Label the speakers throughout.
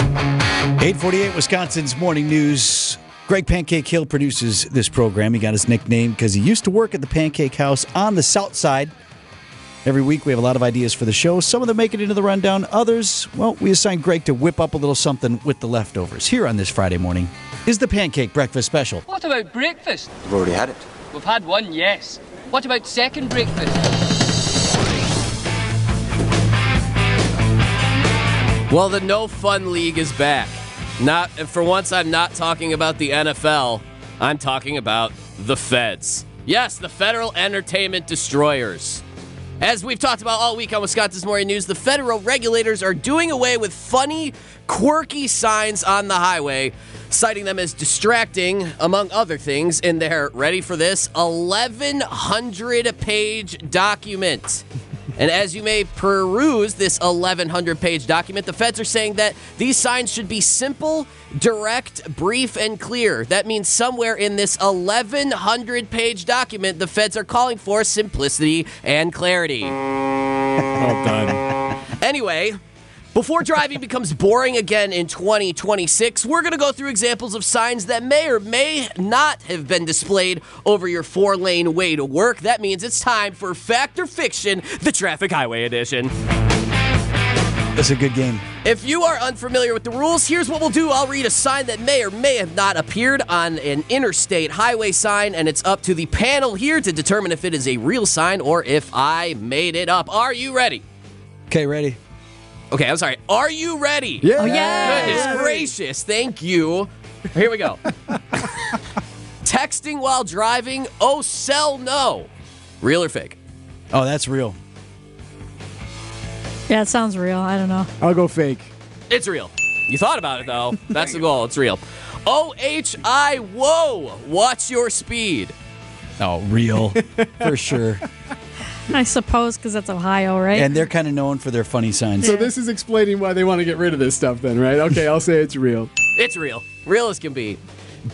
Speaker 1: 848 Wisconsin's Morning News. Greg Pancake Hill produces this program. He got his nickname because he used to work at the Pancake House on the South Side. Every week we have a lot of ideas for the show. Some of them make it into the rundown, others, well, we assign Greg to whip up a little something with the leftovers. Here on this Friday morning is the Pancake Breakfast Special.
Speaker 2: What about breakfast?
Speaker 3: We've already had it.
Speaker 2: We've had one, yes. What about second breakfast?
Speaker 4: Well, the No Fun League is back. Not for once, I'm not talking about the NFL. I'm talking about the feds. Yes, the federal entertainment destroyers. As we've talked about all week on Wisconsin's Morning News, the federal regulators are doing away with funny, quirky signs on the highway, citing them as distracting, among other things, in their, ready for this, 1,100 page document. And as you may peruse this 1,100 page document, the feds are saying that these signs should be simple, direct, brief, and clear. That means somewhere in this 1,100 page document, the feds are calling for simplicity and clarity.
Speaker 5: Well done.
Speaker 4: Anyway, before driving becomes boring again in 2026, we're going to go through examples of signs that may or may not have been displayed over your four lane way to work. That means it's time for Fact or Fiction, the Traffic Highway Edition.
Speaker 1: That's a good game.
Speaker 4: If you are unfamiliar with the rules, here's what we'll do. I'll read a sign that may or may have not appeared on an interstate highway sign, and it's up to the panel here to determine if it is a real sign or if I made it up. Are you ready?
Speaker 1: Okay, ready?
Speaker 4: Okay, I'm sorry. Are you ready?
Speaker 5: Yeah.
Speaker 4: Goodness gracious, thank you. Here we go. Texting while driving, oh, sell no. Real or fake?
Speaker 1: Oh, that's real.
Speaker 6: Yeah, it sounds real. I don't know.
Speaker 5: I'll go fake.
Speaker 4: It's real. You thought about it, though. That's the goal. It's real. OHI, whoa, watch your speed.
Speaker 1: Oh, real. for sure.
Speaker 6: I suppose because that's Ohio, right?
Speaker 1: And they're kind of known for their funny signs.
Speaker 5: So this is explaining why they want to get rid of this stuff, then, right? Okay, I'll say it's real.
Speaker 4: It's real. Real as can be.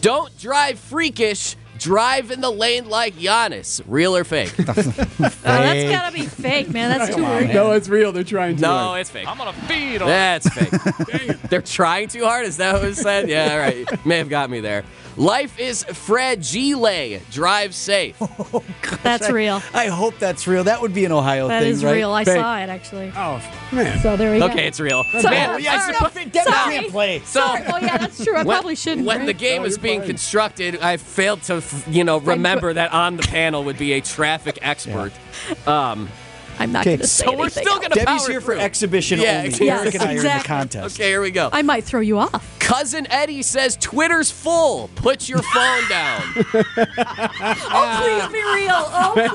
Speaker 4: Don't drive freakish, drive in the lane like Giannis. Real or fake?
Speaker 6: oh, that's gotta be fake, man. That's too real.
Speaker 5: No, it's real. They're trying to.
Speaker 4: No, it's fake. I'm gonna feed on. That's fake. They're trying too hard. Is that what was said? Yeah, all right. May have got me there. Life is fragile. Drive safe.
Speaker 6: That's real.
Speaker 1: I hope that's real. That would be an Ohio
Speaker 6: That
Speaker 1: thing,
Speaker 6: is
Speaker 1: right?
Speaker 6: real. I
Speaker 1: Fake.
Speaker 6: saw it actually.
Speaker 5: Oh man.
Speaker 6: So there we go.
Speaker 4: Okay, it's real.
Speaker 6: Man,
Speaker 4: I suppo-
Speaker 6: Sorry.
Speaker 4: So-
Speaker 6: Sorry. Oh yeah, that's true. I
Speaker 4: when-
Speaker 6: probably shouldn't.
Speaker 4: When
Speaker 6: right?
Speaker 4: the game was being constructed, I failed to, f- you know, remember that on the panel would be a traffic expert.
Speaker 6: I'm not
Speaker 1: Okay,
Speaker 6: gonna say
Speaker 4: So we're
Speaker 6: anything
Speaker 4: still
Speaker 6: else.
Speaker 4: gonna
Speaker 1: Debbie's
Speaker 4: power
Speaker 1: here for
Speaker 4: through.
Speaker 1: exhibition
Speaker 4: Yeah,
Speaker 1: only.
Speaker 4: exactly.
Speaker 1: Eric and I are in the
Speaker 6: Exactly.
Speaker 1: contest.
Speaker 4: Okay, here we go.
Speaker 6: I might throw you off.
Speaker 4: Cousin Eddie says Twitter's full. Put your phone down.
Speaker 6: Oh please be real. Oh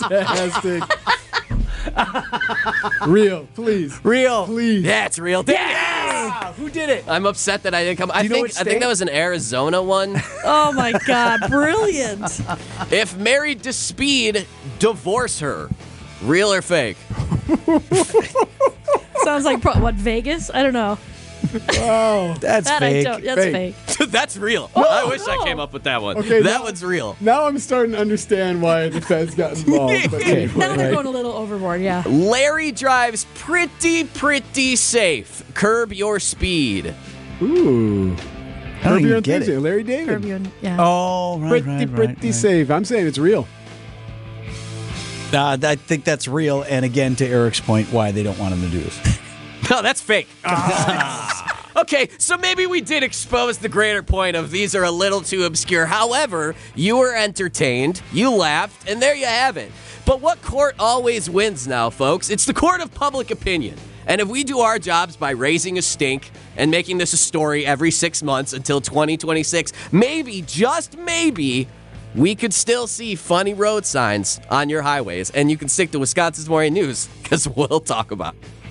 Speaker 5: Fantastic. real, please.
Speaker 1: Real.
Speaker 5: Please.
Speaker 4: That's real. Dang it.
Speaker 1: Who did it?
Speaker 4: I'm upset that I didn't come. I
Speaker 1: you know
Speaker 4: think
Speaker 1: what
Speaker 4: I think
Speaker 1: state?
Speaker 4: that was an Arizona one.
Speaker 6: Oh my God. Brilliant.
Speaker 4: if married to speed, divorce her. Real or fake?
Speaker 6: Sounds like pro- what Vegas? I don't know.
Speaker 1: That's
Speaker 6: That
Speaker 1: fake.
Speaker 6: I don't. That's
Speaker 5: Fake.
Speaker 6: fake.
Speaker 4: That's real. I wish I
Speaker 6: Oh, no.
Speaker 4: came up with that one.
Speaker 5: Okay,
Speaker 4: that
Speaker 5: no.
Speaker 4: one's real.
Speaker 5: Now I'm starting to understand why the feds got involved. But anyway,
Speaker 6: Now they're
Speaker 5: right?
Speaker 6: going a little overboard. Yeah.
Speaker 4: Larry drives pretty, pretty safe. Curb your speed.
Speaker 5: Ooh.
Speaker 1: I don't
Speaker 5: Curb
Speaker 1: even
Speaker 5: Your
Speaker 1: get
Speaker 5: Enthusiasm,
Speaker 1: it.
Speaker 5: Larry David.
Speaker 6: Tribune, Yeah.
Speaker 1: Oh, right,
Speaker 5: pretty,
Speaker 1: right, right,
Speaker 5: pretty
Speaker 1: right.
Speaker 5: safe. I'm saying it's real.
Speaker 1: Uh, I think that's real. And again, to Eric's point, why they don't want him to do this.
Speaker 4: No, that's fake. okay, so maybe we did expose the greater point of these are a little too obscure. However, you were entertained, you laughed, and there you have it. But what court always wins now, folks? It's the court of public opinion. And if we do our jobs by raising a stink and making this a story every six months until 2026, maybe, just maybe, we could still see funny road signs on your highways. And you can stick to Wisconsin's Morning News because we'll talk about it.